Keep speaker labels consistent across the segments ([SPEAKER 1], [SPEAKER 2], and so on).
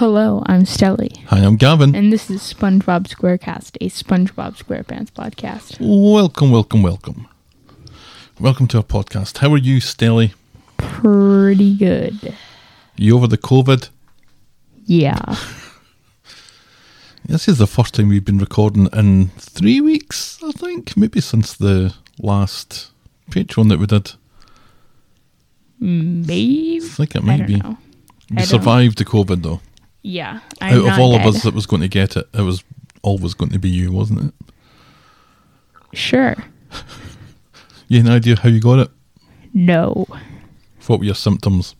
[SPEAKER 1] I'm Stelly,
[SPEAKER 2] Hi, I'm Gavin.
[SPEAKER 1] and this is SpongeBob SquareCast, a SpongeBob SquarePants podcast.
[SPEAKER 2] welcome, welcome, welcome. Welcome to our podcast. How are you, Stelly?
[SPEAKER 1] Pretty good.
[SPEAKER 2] You over the COVID?
[SPEAKER 1] Yeah.
[SPEAKER 2] This is the first time we've been recording in three weeks, I think. Maybe since the last Patreon that we did.
[SPEAKER 1] Maybe.
[SPEAKER 2] I think it
[SPEAKER 1] I
[SPEAKER 2] might
[SPEAKER 1] don't
[SPEAKER 2] be.
[SPEAKER 1] know.
[SPEAKER 2] We
[SPEAKER 1] I don't-
[SPEAKER 2] survived the COVID, though.
[SPEAKER 1] Yeah. I'm not
[SPEAKER 2] Out Uh, of all
[SPEAKER 1] dead.
[SPEAKER 2] of us that was going to get it, it was always going to be you, wasn't it?
[SPEAKER 1] Sure.
[SPEAKER 2] You had an idea how you got it?
[SPEAKER 1] No.
[SPEAKER 2] What were your symptoms?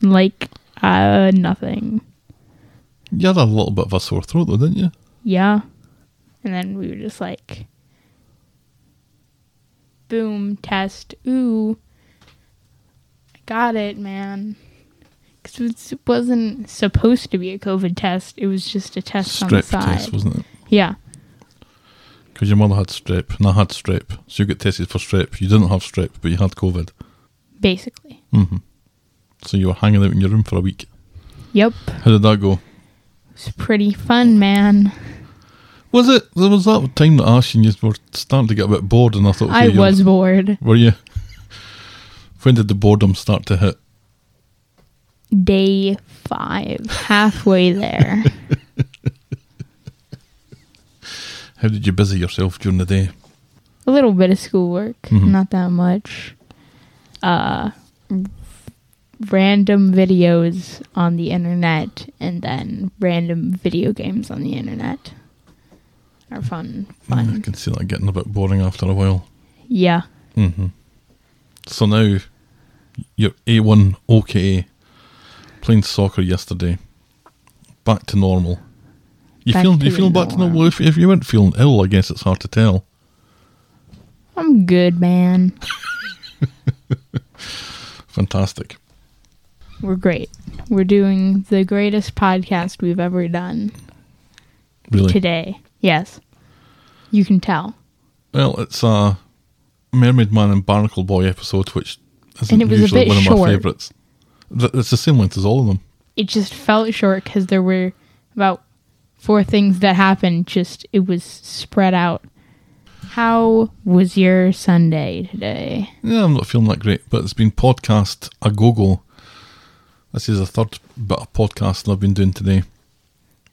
[SPEAKER 1] Like, uh, nothing.
[SPEAKER 2] You had a little bit of a sore throat, though, didn't you?
[SPEAKER 1] Yeah. And then we were just like, boom, test. Ooh, I got it, man. Because it wasn't supposed to be a COVID test, it was just a test on the
[SPEAKER 2] Strep
[SPEAKER 1] side.
[SPEAKER 2] test, wasn't it?
[SPEAKER 1] yeah.
[SPEAKER 2] Because your mother had strep, and I had strep. So you got tested for strep. You didn't have strep, but you had COVID.
[SPEAKER 1] Basically.
[SPEAKER 2] hmm So you were hanging out in your room for a week.
[SPEAKER 1] Yep.
[SPEAKER 2] How did that go?
[SPEAKER 1] It's pretty fun, man.
[SPEAKER 2] Was it? There was that time that Ash and you were starting to get a bit bored, and I thought, okay,
[SPEAKER 1] I
[SPEAKER 2] you're-
[SPEAKER 1] was bored.
[SPEAKER 2] Were you? When did the boredom start to hit?
[SPEAKER 1] Day five, halfway there.
[SPEAKER 2] How did you busy yourself during the day?
[SPEAKER 1] a little bit of schoolwork,
[SPEAKER 2] Mhm.
[SPEAKER 1] not that much. Uh, random videos on the internet and then random video games on the internet are fun.
[SPEAKER 2] I
[SPEAKER 1] Fun.
[SPEAKER 2] can see that getting a bit boring after a while.
[SPEAKER 1] Yeah.
[SPEAKER 2] hmm So now you're A1 okay, playing soccer yesterday, back to normal. You
[SPEAKER 1] Back
[SPEAKER 2] feel
[SPEAKER 1] to
[SPEAKER 2] you
[SPEAKER 1] the
[SPEAKER 2] feel back to normal
[SPEAKER 1] norm.
[SPEAKER 2] if, if you weren't feeling ill, I guess it's hard to tell.
[SPEAKER 1] I'm good, man.
[SPEAKER 2] Fantastic.
[SPEAKER 1] We're great. We're doing the greatest podcast we've ever done
[SPEAKER 2] Really.
[SPEAKER 1] today. Yes. You can tell.
[SPEAKER 2] Well, it's a Mermaid Man and Barnacle Boy episode which isn't
[SPEAKER 1] And it was a
[SPEAKER 2] usually
[SPEAKER 1] bit
[SPEAKER 2] one of
[SPEAKER 1] short.
[SPEAKER 2] my favourites. Th- It's the same length as all of them.
[SPEAKER 1] it just felt short because there were about four things that happened. Just it was spread out. How was your Sunday today?
[SPEAKER 2] Yeah, I'm not feeling that great, but it's been podcast a go go. This is the third bit of podcasting I've been doing today.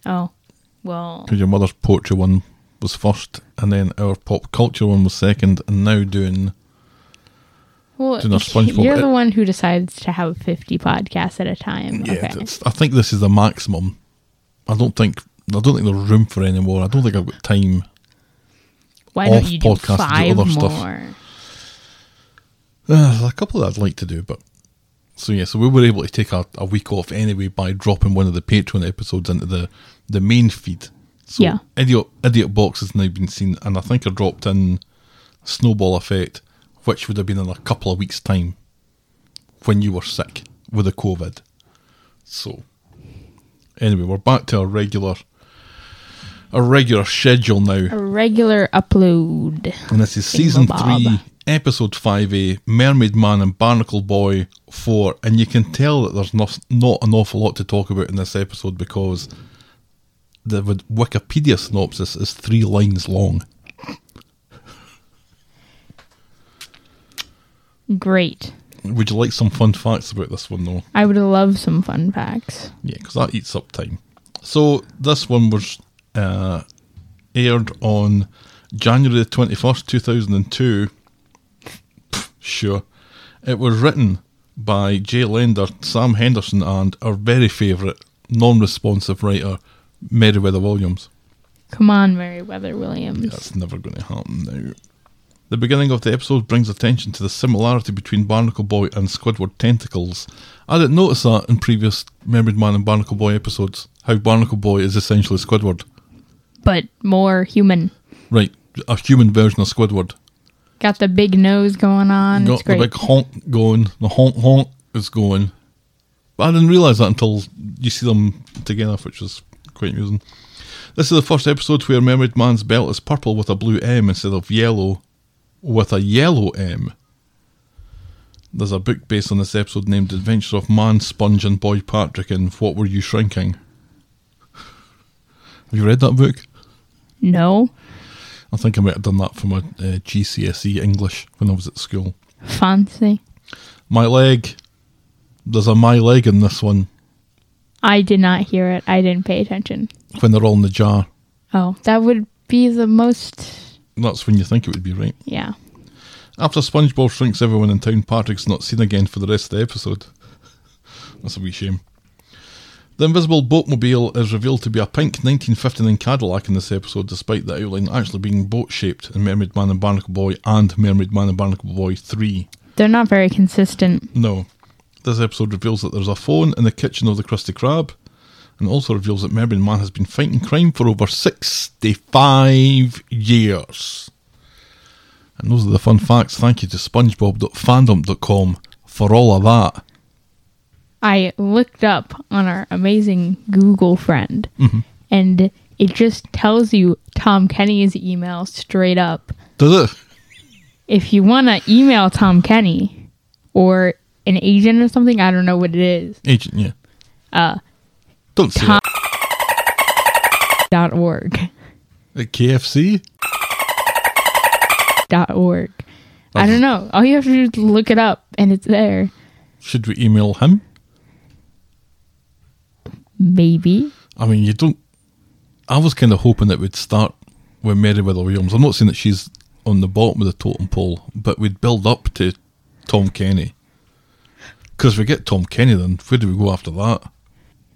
[SPEAKER 1] Oh, well,
[SPEAKER 2] Because your mother's poetry one was first, and then our pop culture one was second, and now doing.
[SPEAKER 1] well
[SPEAKER 2] Did not SpongeBob-
[SPEAKER 1] you're the one who decides to have 50 podcasts at a time.
[SPEAKER 2] Yeah,
[SPEAKER 1] okay.
[SPEAKER 2] it's- I think this is the maximum. I don't think I don't think there's room for any more. I don't think I've got time.
[SPEAKER 1] Why don't
[SPEAKER 2] off
[SPEAKER 1] you do
[SPEAKER 2] podcast to do
[SPEAKER 1] five
[SPEAKER 2] other
[SPEAKER 1] more?
[SPEAKER 2] stuff. Uh, there's a couple that I'd like to do, but so yeah, so we were able to take a, a week off anyway by dropping one of the Patreon episodes into the the main feed. So
[SPEAKER 1] Yeah.
[SPEAKER 2] idiot idiot box has now been seen, and I think I dropped in Snowball Effect, which would have been in a couple of weeks' time when you were sick with the COVID. So anyway, we're back to our regular our regular schedule now.
[SPEAKER 1] A regular upload.
[SPEAKER 2] And this is season
[SPEAKER 1] Bob.
[SPEAKER 2] three, episode five A Mermaid Man and Barnacle Boy 4. And you can tell that there's not, not an awful lot to talk about in this episode because the Wid- Wikipedia synopsis is three lines long.
[SPEAKER 1] Great.
[SPEAKER 2] Would you like some fun facts about this one, though?
[SPEAKER 1] I would love some fun facts.
[SPEAKER 2] Yeah, because that eats up time. So this one was uh, aired on January the twenty first, two thousand and two. Sure, it was written by Jay Lender, Sam Henderson, and our very favourite non-responsive writer, Meriwether Williams.
[SPEAKER 1] Come on, Meriwether Williams.
[SPEAKER 2] That's never going to happen now. The beginning of the episode brings attention to the similarity between Barnacle Boy and Squidward tentacles. I didn't notice that in previous Mermaid Man and Barnacle Boy episodes, how Barnacle Boy is essentially Squidward.
[SPEAKER 1] But more human.
[SPEAKER 2] Right, a human version of Squidward.
[SPEAKER 1] Got the big nose going on. it's
[SPEAKER 2] Got the
[SPEAKER 1] great.
[SPEAKER 2] big honk going, the honk honk is going. But I didn't realise that until you see them together, which was quite amusing. This is the first episode where Mermaid Man's belt is purple with a blue M instead of yellow with a yellow M. There's a book based on this episode named Adventure of Man, Sponge and Boy Patrick and What Were You Shrinking? Have you read that book?
[SPEAKER 1] No.
[SPEAKER 2] I think I might have done that for my uh, GCSE English when I was at school.
[SPEAKER 1] Fancy.
[SPEAKER 2] My leg. There's a my leg in this one
[SPEAKER 1] I did not hear it. I didn't pay attention.
[SPEAKER 2] when they're all in the jar.
[SPEAKER 1] Oh, that would be the most.
[SPEAKER 2] That's when you think it would be right.
[SPEAKER 1] Yeah.
[SPEAKER 2] After SpongeBob shrinks everyone in town, Patrick's not seen again for the rest of the episode. That's a wee shame. The invisible boatmobile is revealed to be a pink 1959 Cadillac in this episode, despite the outline actually being boat shaped in Mermaid Man and Barnacle Boy and Mermaid Man and Barnacle Boy 3.
[SPEAKER 1] They're not very consistent.
[SPEAKER 2] No. This episode reveals that there's a phone in the kitchen of the Krusty Krab, and also reveals that Mermaid Man has been fighting crime for over 65 years. And those are the fun facts. Thank you to spongebob.fandom.com for all of that.
[SPEAKER 1] I looked up on our amazing Google friend, and it just tells you Tom Kenny's email straight up.
[SPEAKER 2] Does it?
[SPEAKER 1] If you want to email Tom Kenny or an agent or something, I don't know what it is,
[SPEAKER 2] Agent, yeah. Uh, Don't say
[SPEAKER 1] Tom- dot org.
[SPEAKER 2] that. At KFC?
[SPEAKER 1] Dot org. I don't know. All you have to do is look it up, and it's there.
[SPEAKER 2] Should we email him?
[SPEAKER 1] Maybe.
[SPEAKER 2] I mean, you don't. I was kind of hoping it would start with Meriwether Williams. I'm not saying that she's on the bottom of the totem pole, but we'd build up to Tom Kenny. Because if we get Tom Kenny, then where do we go after that?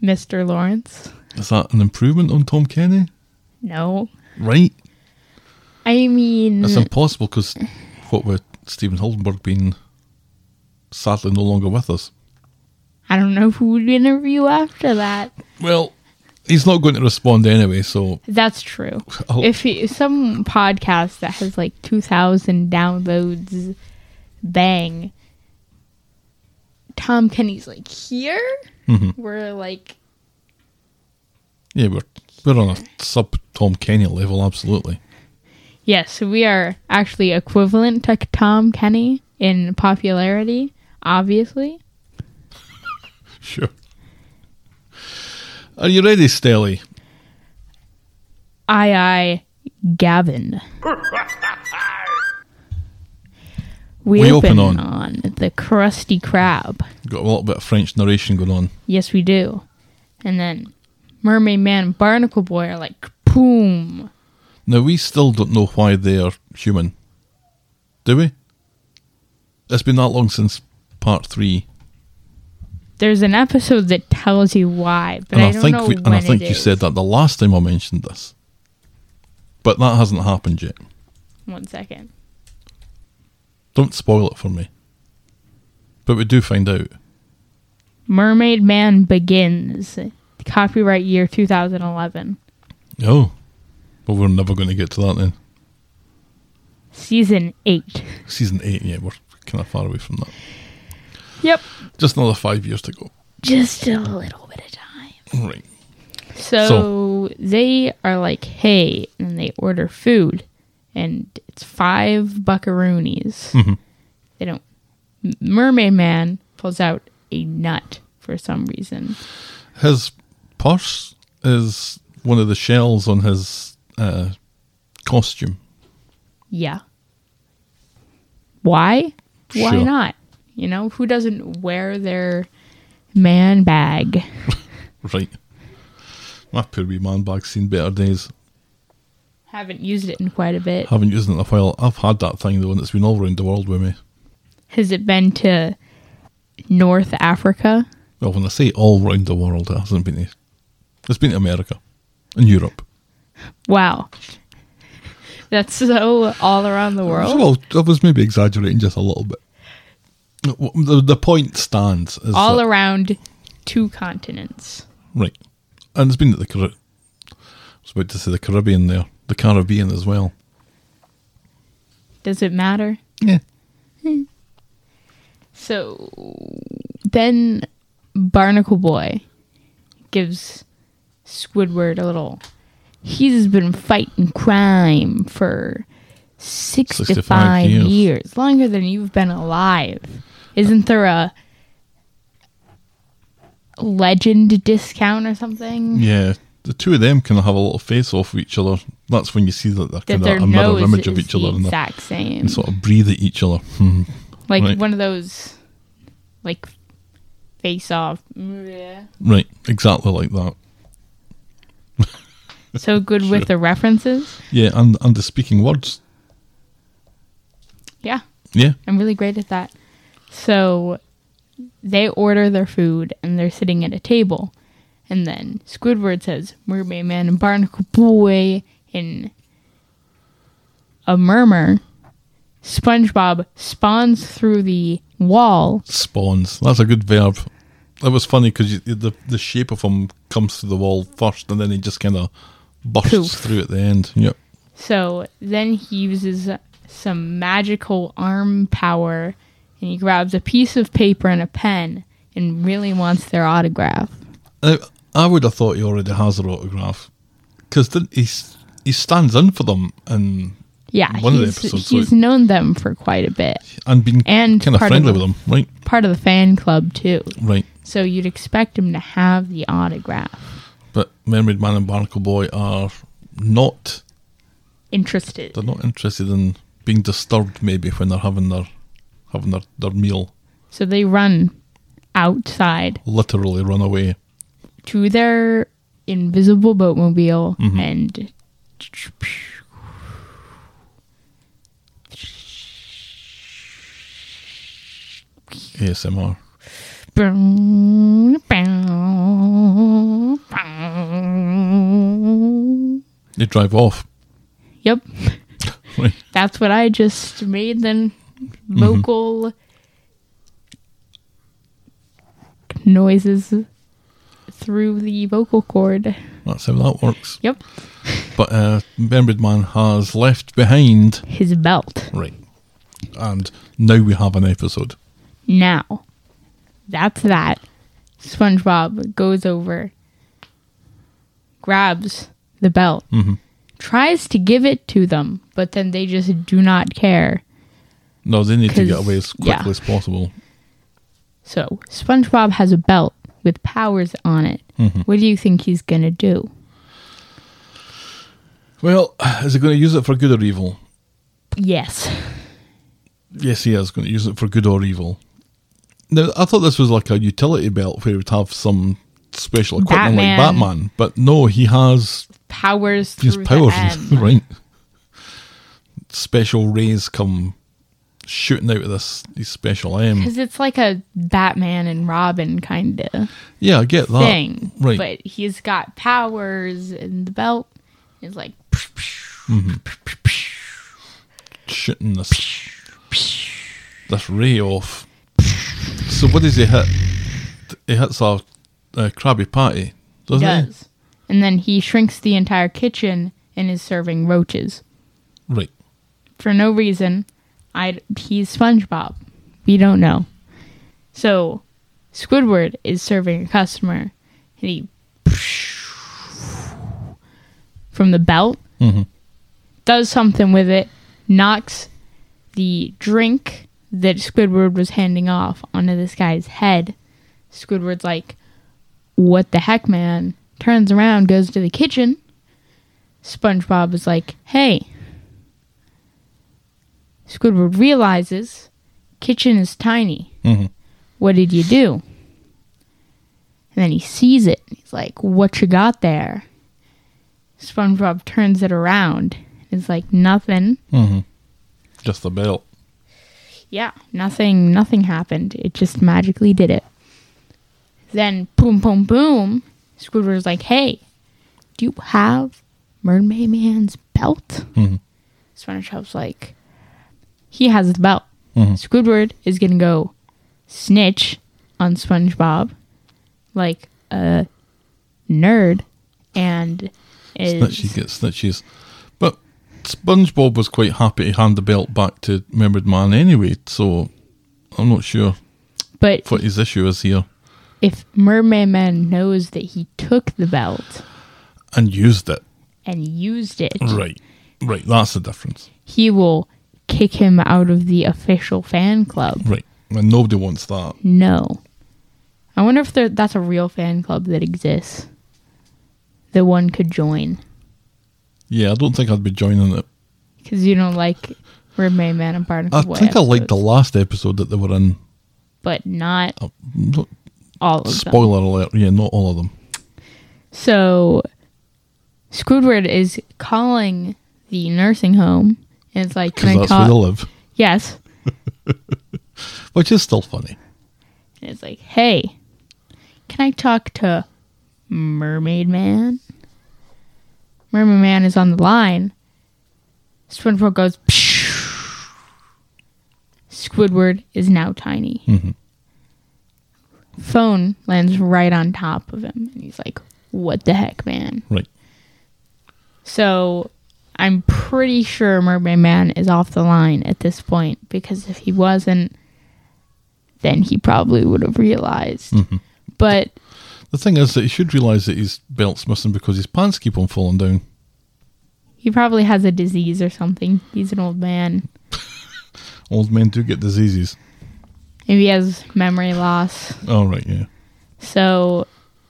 [SPEAKER 1] Mr. Lawrence?
[SPEAKER 2] Is that an improvement on Tom Kenny?
[SPEAKER 1] No.
[SPEAKER 2] Right?
[SPEAKER 1] I mean,
[SPEAKER 2] It's impossible because what with Stephen Hildenberg being sadly no longer with us.
[SPEAKER 1] I don't know who would interview after that.
[SPEAKER 2] Well, he's not going to respond anyway, so
[SPEAKER 1] That's true.
[SPEAKER 2] I'll-
[SPEAKER 1] If you, some podcast that has like 2,000 downloads, bang, Tom Kenny's like here. We're like,
[SPEAKER 2] yeah, we're, we're on a sub Tom Kenny level, absolutely.
[SPEAKER 1] yes, we are actually equivalent to Tom Kenny in popularity, obviously.
[SPEAKER 2] Sure. Are you ready, Stelly?
[SPEAKER 1] I I Gavin. we,
[SPEAKER 2] We
[SPEAKER 1] open,
[SPEAKER 2] open on-
[SPEAKER 1] on the Krusty Krab.
[SPEAKER 2] Got a little bit of French narration going on.
[SPEAKER 1] Yes, we do. And then Mermaid Man and Barnacle Boy are like, boom.
[SPEAKER 2] Now we still don't know why they are human, do we? It's been that long since part three,
[SPEAKER 1] There's an episode that tells you why, but
[SPEAKER 2] and
[SPEAKER 1] I,
[SPEAKER 2] I,
[SPEAKER 1] don't
[SPEAKER 2] think
[SPEAKER 1] know
[SPEAKER 2] we,
[SPEAKER 1] when
[SPEAKER 2] and I think
[SPEAKER 1] it
[SPEAKER 2] you
[SPEAKER 1] is.
[SPEAKER 2] said that the last time I mentioned this, but that hasn't happened yet.
[SPEAKER 1] One second.
[SPEAKER 2] Don't spoil it for me. But we do find out.
[SPEAKER 1] Mermaid Man begins. Copyright year 2011.
[SPEAKER 2] Oh, well, we're never going to get to that then.
[SPEAKER 1] Season 8.
[SPEAKER 2] Season eight, yeah, we're kind of far away from that.
[SPEAKER 1] Yep.
[SPEAKER 2] Just another five years to go.
[SPEAKER 1] Just a little bit of time.
[SPEAKER 2] Right.
[SPEAKER 1] So, they are like, hey, and they order food, and it's five buckaroonies. They don't. M- Mermaid Man pulls out a nut for some reason.
[SPEAKER 2] His purse is one of the shells on his uh, costume.
[SPEAKER 1] Yeah. Why? Why
[SPEAKER 2] Sure.
[SPEAKER 1] not? You know, who doesn't wear their man bag?
[SPEAKER 2] Right. My poor wee man bag's seen better days.
[SPEAKER 1] Haven't used it in quite a bit.
[SPEAKER 2] Haven't used it in a while. I've had that thing though, and it's been all around the world with me.
[SPEAKER 1] Has it been to North Africa?
[SPEAKER 2] Well, when I say all round the world, it hasn't been. to- It's been to America and Europe.
[SPEAKER 1] Wow. That's so all around the world.
[SPEAKER 2] Well, I was maybe exaggerating just a little bit. The, the point stands. Is
[SPEAKER 1] All
[SPEAKER 2] that-
[SPEAKER 1] around two continents.
[SPEAKER 2] right. And it's been to the Caribbean. I was about to say the Caribbean there, the Caribbean as well.
[SPEAKER 1] Does it matter?
[SPEAKER 2] Yeah.
[SPEAKER 1] So then Barnacle Boy gives Squidward a little. He's been fighting crime for 65,
[SPEAKER 2] 65
[SPEAKER 1] years.
[SPEAKER 2] years.
[SPEAKER 1] longer than you've been alive. Isn't there a legend discount or something?
[SPEAKER 2] Yeah, the two of them kind of have a little face off with each other. That's when you see that they're
[SPEAKER 1] that
[SPEAKER 2] kind
[SPEAKER 1] their
[SPEAKER 2] of a mirror
[SPEAKER 1] nose
[SPEAKER 2] image
[SPEAKER 1] is
[SPEAKER 2] of each
[SPEAKER 1] the
[SPEAKER 2] other and, they're-
[SPEAKER 1] exact same.
[SPEAKER 2] and sort of breathe at each other. Hmm.
[SPEAKER 1] like
[SPEAKER 2] right.
[SPEAKER 1] one of those, like face off. Yeah.
[SPEAKER 2] Right, exactly like that.
[SPEAKER 1] So good with the references.
[SPEAKER 2] Yeah, and and the speaking words.
[SPEAKER 1] Yeah,
[SPEAKER 2] Yeah,
[SPEAKER 1] I'm really great at that. So they order their food and they're sitting at a table, and then Squidward says, "Mermaid Man and Barnacle Boy," in a murmur. SpongeBob spawns through the wall
[SPEAKER 2] spawns. That's a good verb. That was funny because the the shape of him comes through the wall first, and then he just kind of bursts
[SPEAKER 1] Poof.
[SPEAKER 2] through at the end. Yep.
[SPEAKER 1] So then he uses some magical arm power and he grabs a piece of paper and a pen and really wants their autograph.
[SPEAKER 2] I, I would have thought he already has their autograph because he s- he stands in for them and
[SPEAKER 1] Yeah,
[SPEAKER 2] One of the
[SPEAKER 1] he's,
[SPEAKER 2] episodes,
[SPEAKER 1] he's known them for quite a bit.
[SPEAKER 2] and been
[SPEAKER 1] And
[SPEAKER 2] kind of
[SPEAKER 1] part
[SPEAKER 2] friendly
[SPEAKER 1] of
[SPEAKER 2] with them. Right,
[SPEAKER 1] Part of the fan club too.
[SPEAKER 2] right.
[SPEAKER 1] So you'd expect him to have the autograph.
[SPEAKER 2] But Mermaid Man and Barnacle Boy are not.
[SPEAKER 1] Interested.
[SPEAKER 2] They're not interested in being disturbed. Maybe when they're having their having their, their meal,
[SPEAKER 1] So they run outside
[SPEAKER 2] literally run away.
[SPEAKER 1] to their invisible boatmobile
[SPEAKER 2] Mm-hmm.
[SPEAKER 1] and
[SPEAKER 2] ASMR.
[SPEAKER 1] Yep.
[SPEAKER 2] They drive off. Right.
[SPEAKER 1] That's what I just made the vocal noises through the vocal cord.
[SPEAKER 2] That's how that works.
[SPEAKER 1] Yep.
[SPEAKER 2] But uh, Mermaid Man has left behind.
[SPEAKER 1] His belt.
[SPEAKER 2] Right. And now we have an episode.
[SPEAKER 1] Now, that's that. SpongeBob goes over, grabs the belt,
[SPEAKER 2] Mm-hmm.
[SPEAKER 1] tries to give it to them, but then they just do not care.
[SPEAKER 2] No, they need to get
[SPEAKER 1] 'Cause-
[SPEAKER 2] away as quickly
[SPEAKER 1] yeah.
[SPEAKER 2] as possible.
[SPEAKER 1] So, SpongeBob has a belt with powers on it.
[SPEAKER 2] Mm-hmm.
[SPEAKER 1] What do you think he's going to do?
[SPEAKER 2] Well, is he going to use it for good or evil?
[SPEAKER 1] Yes.
[SPEAKER 2] Yes, he is going to use it for good or evil. Now, I thought this was like a utility belt where he would have some special equipment like
[SPEAKER 1] Batman.
[SPEAKER 2] Batman, but no, he has
[SPEAKER 1] Powers
[SPEAKER 2] his
[SPEAKER 1] through
[SPEAKER 2] powers,
[SPEAKER 1] the M.
[SPEAKER 2] right? Special rays come shooting out of this these special M.
[SPEAKER 1] Because it's like a Batman and Robin kind of
[SPEAKER 2] Yeah, I get that.
[SPEAKER 1] thing.
[SPEAKER 2] Uh, right.
[SPEAKER 1] But he's got powers and the belt is like...
[SPEAKER 2] shooting this this ray off. So what does he hit? He hits a, a Krabby Patty, doesn't he?
[SPEAKER 1] does. And then he shrinks the entire kitchen and is serving roaches
[SPEAKER 2] Right.
[SPEAKER 1] for no reason. I he's SpongeBob. We don't know. So Squidward is serving a customer, and he from the belt does something with it, knocks the drink that Squidward was handing off onto this guy's head. Squidward's like, "What the heck, man?" Turns around, goes to the kitchen. SpongeBob is like, "Hey, Squidward realizes kitchen is tiny.
[SPEAKER 2] Mhm.
[SPEAKER 1] What did you do? And then he sees it. He's like, "What you got there?" SpongeBob turns it around. It's like nothing.
[SPEAKER 2] Just the belt.
[SPEAKER 1] Yeah, nothing. Nothing happened. It just magically did it. Then boom, boom, boom. Squidward's like, "Hey, do you have Mermaid Man's belt?"
[SPEAKER 2] Mhm.
[SPEAKER 1] SpongeBob's like, "He has the belt."
[SPEAKER 2] Mm-hmm.
[SPEAKER 1] Squidward is gonna go snitch on SpongeBob like a nerd, and
[SPEAKER 2] Snitchy
[SPEAKER 1] is
[SPEAKER 2] gets snitches. But SpongeBob was quite happy to hand the belt back to Remembered Man anyway, so I'm not sure
[SPEAKER 1] but
[SPEAKER 2] what his issue is here.
[SPEAKER 1] if Mermaid Man knows that he took the belt
[SPEAKER 2] And used it.
[SPEAKER 1] and used it,
[SPEAKER 2] Right. Right, that's the difference.
[SPEAKER 1] he will kick him out of the official fan club.
[SPEAKER 2] Right. And nobody wants that.
[SPEAKER 1] No. I wonder if there, that's a real fan club that exists. the one could join
[SPEAKER 2] Yeah, I don't think I'd be joining it.
[SPEAKER 1] because you don't like Mermaid Man and Barnacle
[SPEAKER 2] I
[SPEAKER 1] Boy
[SPEAKER 2] think I liked Oh, the
[SPEAKER 1] episodes,
[SPEAKER 2] last episode that they were in.
[SPEAKER 1] but not
[SPEAKER 2] Not-
[SPEAKER 1] all of them.
[SPEAKER 2] Spoiler alert, yeah, not all of them.
[SPEAKER 1] So Squidward is calling the nursing home and it's like,
[SPEAKER 2] Because
[SPEAKER 1] Can I
[SPEAKER 2] that's where they
[SPEAKER 1] call
[SPEAKER 2] live.
[SPEAKER 1] Yes.
[SPEAKER 2] Which is still funny.
[SPEAKER 1] And it's like, Hey, can I talk to Mermaid Man? Mermaid Man is on the line. Squidward goes "Pshh." Squidward is now tiny. Phone lands right on top of him and he's like, What the heck, man?
[SPEAKER 2] Right.
[SPEAKER 1] So I'm pretty sure Mermaid Man is off the line at this point because if he wasn't, then he probably would have realized. But
[SPEAKER 2] The thing is that he should realise that his belt's missing because his pants keep on falling down.
[SPEAKER 1] he probably has a disease or something. He's an old man.
[SPEAKER 2] Old men do get diseases.
[SPEAKER 1] Maybe he has memory loss.
[SPEAKER 2] Oh, right, yeah.
[SPEAKER 1] So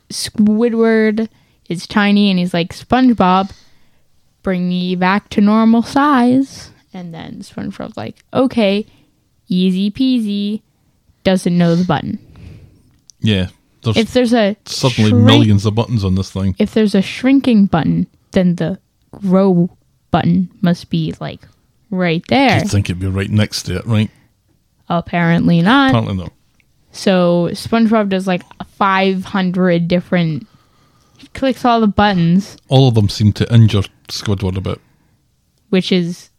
[SPEAKER 1] Squidward is tiny and he's like, SpongeBob, bring me back to normal size. And then SpongeBob's like, okay, easy peasy. Doesn't know the button.
[SPEAKER 2] Yeah. There's
[SPEAKER 1] if there's a
[SPEAKER 2] suddenly
[SPEAKER 1] shrink-
[SPEAKER 2] millions of buttons on this thing.
[SPEAKER 1] if there's a shrinking button then the grow button must be like right there
[SPEAKER 2] You'd think it'd be right next to it, right?
[SPEAKER 1] apparently not
[SPEAKER 2] Apparently not.
[SPEAKER 1] so spongebob does like 500 different he clicks all the buttons
[SPEAKER 2] All of them seem to injure Squidward a bit.
[SPEAKER 1] which is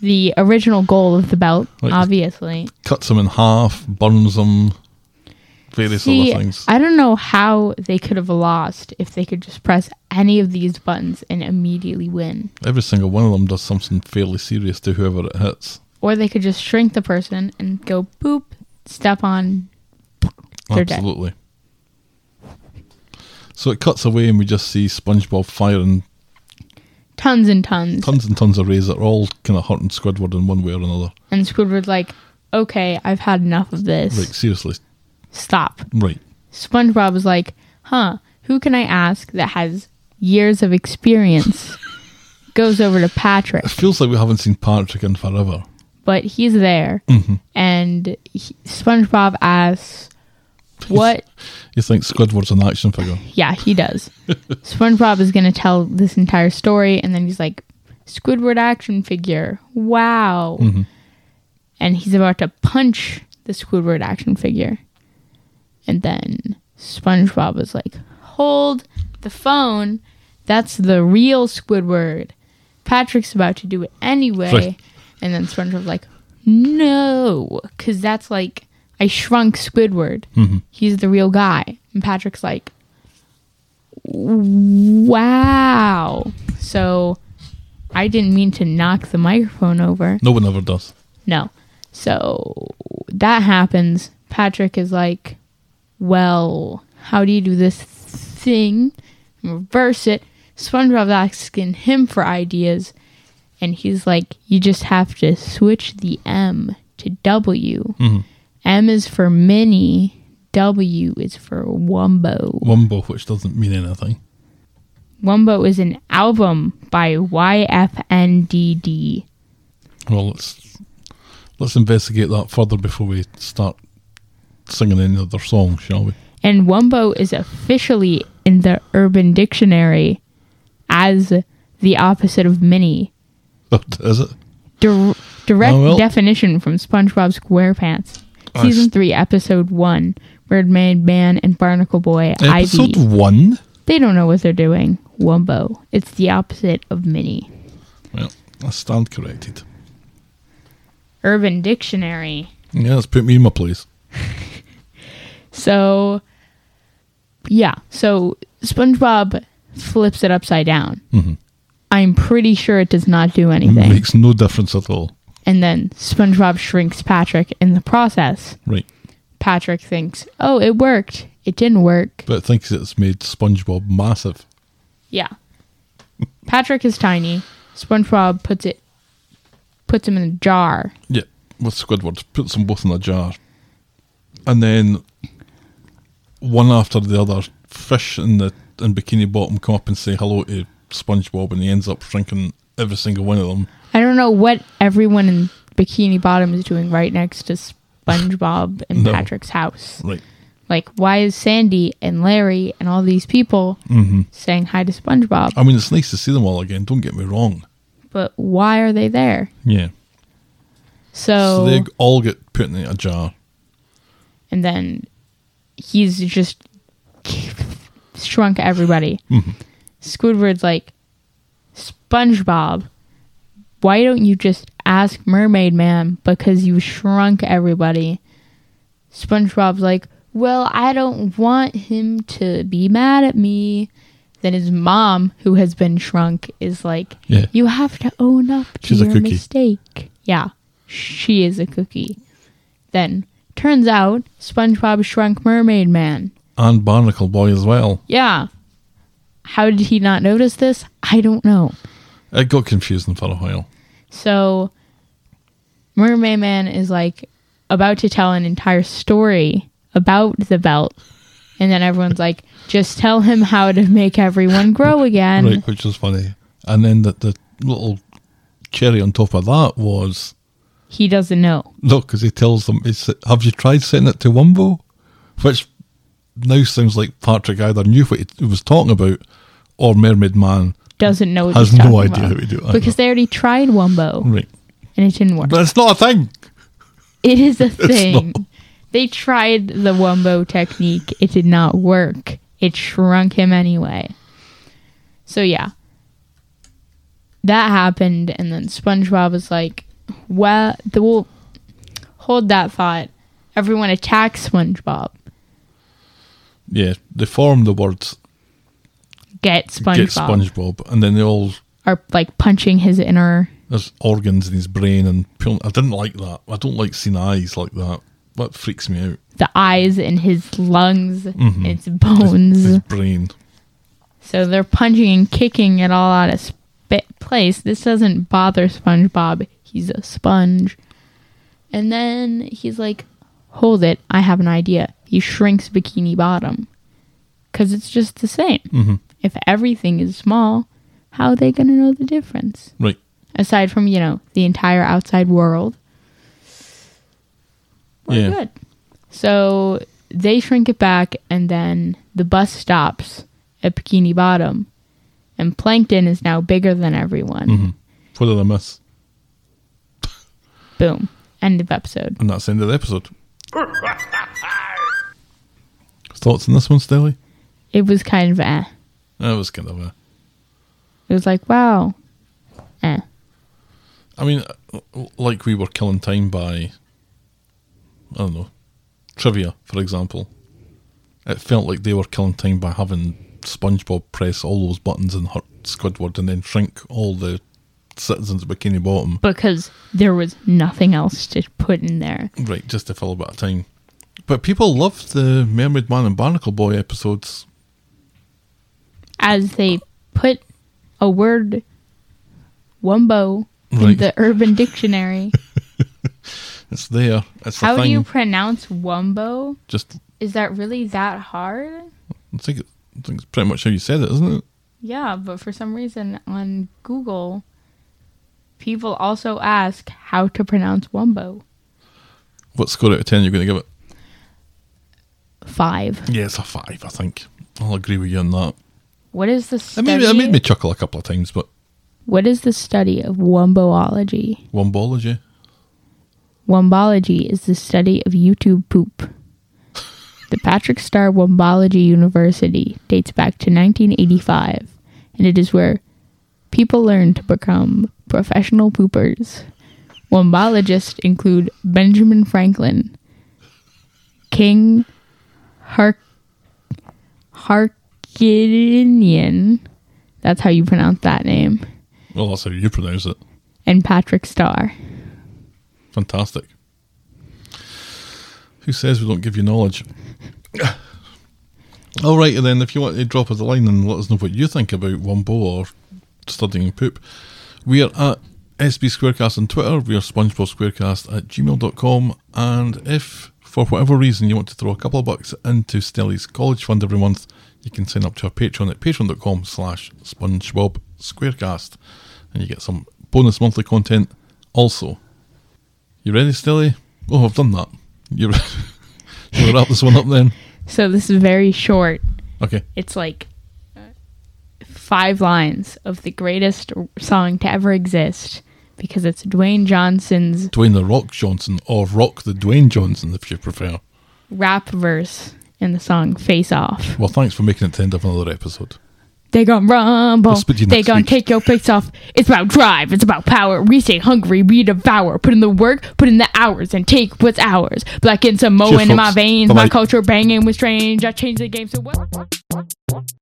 [SPEAKER 1] the original goal of the belt
[SPEAKER 2] Like-
[SPEAKER 1] obviously
[SPEAKER 2] Cuts him in half, burns him, various
[SPEAKER 1] see
[SPEAKER 2] other things.
[SPEAKER 1] i don't know how they could have lost if they could just press any of these buttons and immediately win
[SPEAKER 2] Every single one of them does something fairly serious to whoever it hits.
[SPEAKER 1] or they could just shrink the person and go boop step on They're dead.
[SPEAKER 2] Absolutely. So it cuts away, and we just see SpongeBob firing
[SPEAKER 1] tons and tons.
[SPEAKER 2] tons and tons of rays that are all kind of hurting Squidward in one way or another.
[SPEAKER 1] And Squidward's like, okay, I've had enough of this.
[SPEAKER 2] Right, seriously.
[SPEAKER 1] Stop.
[SPEAKER 2] Right.
[SPEAKER 1] SpongeBob is like, huh, who can I ask that has years of experience? Goes over to Patrick,
[SPEAKER 2] Feels like we haven't seen Patrick in forever.
[SPEAKER 1] but he's there. And he, SpongeBob asks, what?
[SPEAKER 2] You think Squidward's an action figure.
[SPEAKER 1] Yeah, he does. SpongeBob is going to tell this entire story, and then he's like, Squidward action figure. Wow. And he's about to punch the Squidward action figure. And then SpongeBob is like, Hold the phone. That's the real Squidward. Patrick's about to do it anyway.
[SPEAKER 2] Right.
[SPEAKER 1] And then SpongeBob's like, No, because that's like, I shrunk Squidward. He's the real guy. And Patrick's like, Wow. So I didn't mean to knock the microphone over.
[SPEAKER 2] No one ever does.
[SPEAKER 1] No. So that happens. Patrick is like, Well, how do you do this thing? Reverse it. SpongeBob's asking him for ideas. And he's like, You just have to switch the M to W. M is for mini, W is for Wumbo.
[SPEAKER 2] Wumbo, which doesn't mean anything.
[SPEAKER 1] Wumbo is an album by YFNDD.
[SPEAKER 2] Well, let's let's investigate that further before we start singing any other song, shall we?
[SPEAKER 1] And Wumbo is officially in the Urban Dictionary as the opposite of mini.
[SPEAKER 2] Is it?
[SPEAKER 1] Dir- direct
[SPEAKER 2] Oh, well.
[SPEAKER 1] definition from SpongeBob SquarePants,
[SPEAKER 2] I
[SPEAKER 1] Season
[SPEAKER 2] s-
[SPEAKER 1] 3, Episode 1 Birdman Man and Barnacle Boy
[SPEAKER 2] Episode
[SPEAKER 1] Ivy.
[SPEAKER 2] one.
[SPEAKER 1] They don't know what they're doing. Wumbo. It's the opposite of mini.
[SPEAKER 2] Well, I stand corrected.
[SPEAKER 1] Urban Dictionary.
[SPEAKER 2] Yeah, let's put me in my place.
[SPEAKER 1] So, yeah. So SpongeBob flips it upside down.
[SPEAKER 2] Mm-hmm.
[SPEAKER 1] I'm pretty sure it does not do anything.
[SPEAKER 2] Makes no difference at all.
[SPEAKER 1] And then SpongeBob shrinks Patrick in the process.
[SPEAKER 2] Right.
[SPEAKER 1] Patrick thinks, oh, it worked. It didn't work.
[SPEAKER 2] But it thinks it's made SpongeBob massive.
[SPEAKER 1] Yeah. Patrick is tiny. SpongeBob puts it puts him in a jar.
[SPEAKER 2] Yeah, with Squidward. Puts them both in a jar. And then one after the other, fish in the and Bikini Bottom come up and say hello to SpongeBob, and he ends up shrinking every single one of them.
[SPEAKER 1] I don't know what everyone in Bikini Bottom is doing right next to SpongeBob and
[SPEAKER 2] No.
[SPEAKER 1] Patrick's house.
[SPEAKER 2] Right.
[SPEAKER 1] Like, why is Sandy and Larry and all these people
[SPEAKER 2] Mm-hmm.
[SPEAKER 1] saying hi to SpongeBob?
[SPEAKER 2] I mean, it's nice to see them all again. Don't get me wrong.
[SPEAKER 1] But why are they there?
[SPEAKER 2] Yeah. So
[SPEAKER 1] So,
[SPEAKER 2] they all get put in a jar.
[SPEAKER 1] and then he's just shrunk everybody. Squidward's like, SpongeBob, why don't you just ask Mermaid Man because you shrunk everybody? SpongeBob's like, well, I don't want him to be mad at me. Then his mom, who has been shrunk, is like,
[SPEAKER 2] Yeah.
[SPEAKER 1] you have to own up to
[SPEAKER 2] She's a
[SPEAKER 1] your
[SPEAKER 2] cookie.
[SPEAKER 1] mistake. Yeah, she is a cookie. Then turns out SpongeBob shrunk Mermaid Man.
[SPEAKER 2] And Barnacle Boy as well.
[SPEAKER 1] Yeah. How did he not notice this? I don't know.
[SPEAKER 2] It got confusing for a while.
[SPEAKER 1] So Mermaid Man is like about to tell an entire story about the belt. And then everyone's like, just tell him how to make everyone grow again.
[SPEAKER 2] right, which was funny. And then the, the little cherry on top of that was
[SPEAKER 1] He doesn't know.
[SPEAKER 2] look, because he tells them, he sa- Have you tried sending it to Wumbo? Which now sounds like Patrick either knew what he was talking about or Mermaid Man.
[SPEAKER 1] Doesn't know what
[SPEAKER 2] Has
[SPEAKER 1] he's
[SPEAKER 2] no
[SPEAKER 1] talking
[SPEAKER 2] idea
[SPEAKER 1] about.
[SPEAKER 2] how to do it. I
[SPEAKER 1] Because they already tried Wumbo
[SPEAKER 2] Right.
[SPEAKER 1] and it didn't work.
[SPEAKER 2] But it's not a thing.
[SPEAKER 1] It is a thing. They tried the Wumbo technique. It did not work. It shrunk him anyway. So yeah. That happened and then SpongeBob was like, "Well, the, well hold that thought. Everyone attacks SpongeBob.
[SPEAKER 2] Yeah, they form the words
[SPEAKER 1] Get SpongeBob.
[SPEAKER 2] get SpongeBob, and then they all
[SPEAKER 1] Are like punching his inner
[SPEAKER 2] there's organs in his brain and pulling. I didn't like that. I don't like seeing eyes like that. That freaks me out.
[SPEAKER 1] the eyes in his lungs, and its
[SPEAKER 2] His-
[SPEAKER 1] bones.
[SPEAKER 2] His brain.
[SPEAKER 1] So they're punching and kicking it all out of sp- place. This doesn't bother SpongeBob. He's a sponge. And then he's like, hold it, I have an idea. He shrinks Bikini Bottom. Because it's just the same. If everything is small, how are they going to know the difference?
[SPEAKER 2] Right.
[SPEAKER 1] Aside from, you know, the entire outside world. We're
[SPEAKER 2] Yeah.
[SPEAKER 1] good. So they shrink it back, and then the bus stops at Bikini Bottom, and Plankton is now bigger than everyone.
[SPEAKER 2] What did I miss?
[SPEAKER 1] Boom. End of episode.
[SPEAKER 2] And that's the end of the episode. Thoughts on this one, Stelly?
[SPEAKER 1] It was kind of eh.
[SPEAKER 2] That was kind of a.
[SPEAKER 1] It was like, wow. Eh.
[SPEAKER 2] I mean, uh, like we were killing time by. I don't know, trivia, for example. It felt like they were killing time by having SpongeBob press all those buttons and hurt Squidward, and then shrink all the citizens of Bikini Bottom.
[SPEAKER 1] Because there was nothing else to put in there.
[SPEAKER 2] Right, just to fill a bit of time. But people loved the Mermaid Man and Barnacle Boy episodes.
[SPEAKER 1] As they put a word, Wumbo, in
[SPEAKER 2] Right.
[SPEAKER 1] the Urban Dictionary.
[SPEAKER 2] It's there. It's a
[SPEAKER 1] How do
[SPEAKER 2] thing.
[SPEAKER 1] you pronounce Wumbo?
[SPEAKER 2] just
[SPEAKER 1] Is that really that hard?
[SPEAKER 2] I think, it, I think it's pretty much how you said it, isn't it?
[SPEAKER 1] Yeah, but for some reason on Google, people also ask how to pronounce Wumbo.
[SPEAKER 2] What score out of ten are you going to give it?
[SPEAKER 1] Five.
[SPEAKER 2] Yeah, it's a five, I think. I'll agree with you on that.
[SPEAKER 1] What is the
[SPEAKER 2] It
[SPEAKER 1] study?
[SPEAKER 2] made, me- it made me chuckle a couple of times, but
[SPEAKER 1] What is the study of Wumboology?
[SPEAKER 2] Wombology.
[SPEAKER 1] Wumbology is the study of YouTube poop. the Patrick Star Wumbology University dates back to 1985, and it is where people learn to become professional poopers. Wumbologists include Benjamin Franklin, King Hark- Harkinian, that's how you pronounce that name,
[SPEAKER 2] Well, that's how you pronounce it.
[SPEAKER 1] and Patrick Star.
[SPEAKER 2] Fantastic. Who says we don't give you knowledge? All righty then, if you want to drop us a line and let us know what you think about Wombo or studying poop, we are at SB Squarecast on Twitter, we are SpongeBob Squarecast at gmail.com, and if for whatever reason you want to throw a couple of bucks into Stelly's college fund every month, you can sign up to our Patreon at patreon.com slash SpongeBob Squarecast and you get some bonus monthly content also. You ready, Stilly? Oh, I've done that. You're Shall we wrap this one up then?
[SPEAKER 1] So this is very short.
[SPEAKER 2] Okay.
[SPEAKER 1] It's like uh, five lines of the greatest r- song to ever exist because it's Dwayne Johnson's
[SPEAKER 2] Dwayne the Rock Johnson or Rock the Dwayne Johnson if you prefer.
[SPEAKER 1] rap verse in the song Face Off.
[SPEAKER 2] Well, thanks for making it to the end of another episode.
[SPEAKER 1] They gon' rumble.
[SPEAKER 2] We'll speak to you
[SPEAKER 1] they
[SPEAKER 2] next
[SPEAKER 1] gon'
[SPEAKER 2] week.
[SPEAKER 1] take your face off. It's about drive. It's about power. We stay hungry. We devour. Put in the work. Put in the hours and take what's ours. Black and Samoan
[SPEAKER 2] Cheers,
[SPEAKER 1] in my
[SPEAKER 2] folks.
[SPEAKER 1] veins. My
[SPEAKER 2] Bye-bye.
[SPEAKER 1] culture banging with strange. I changed the game so well.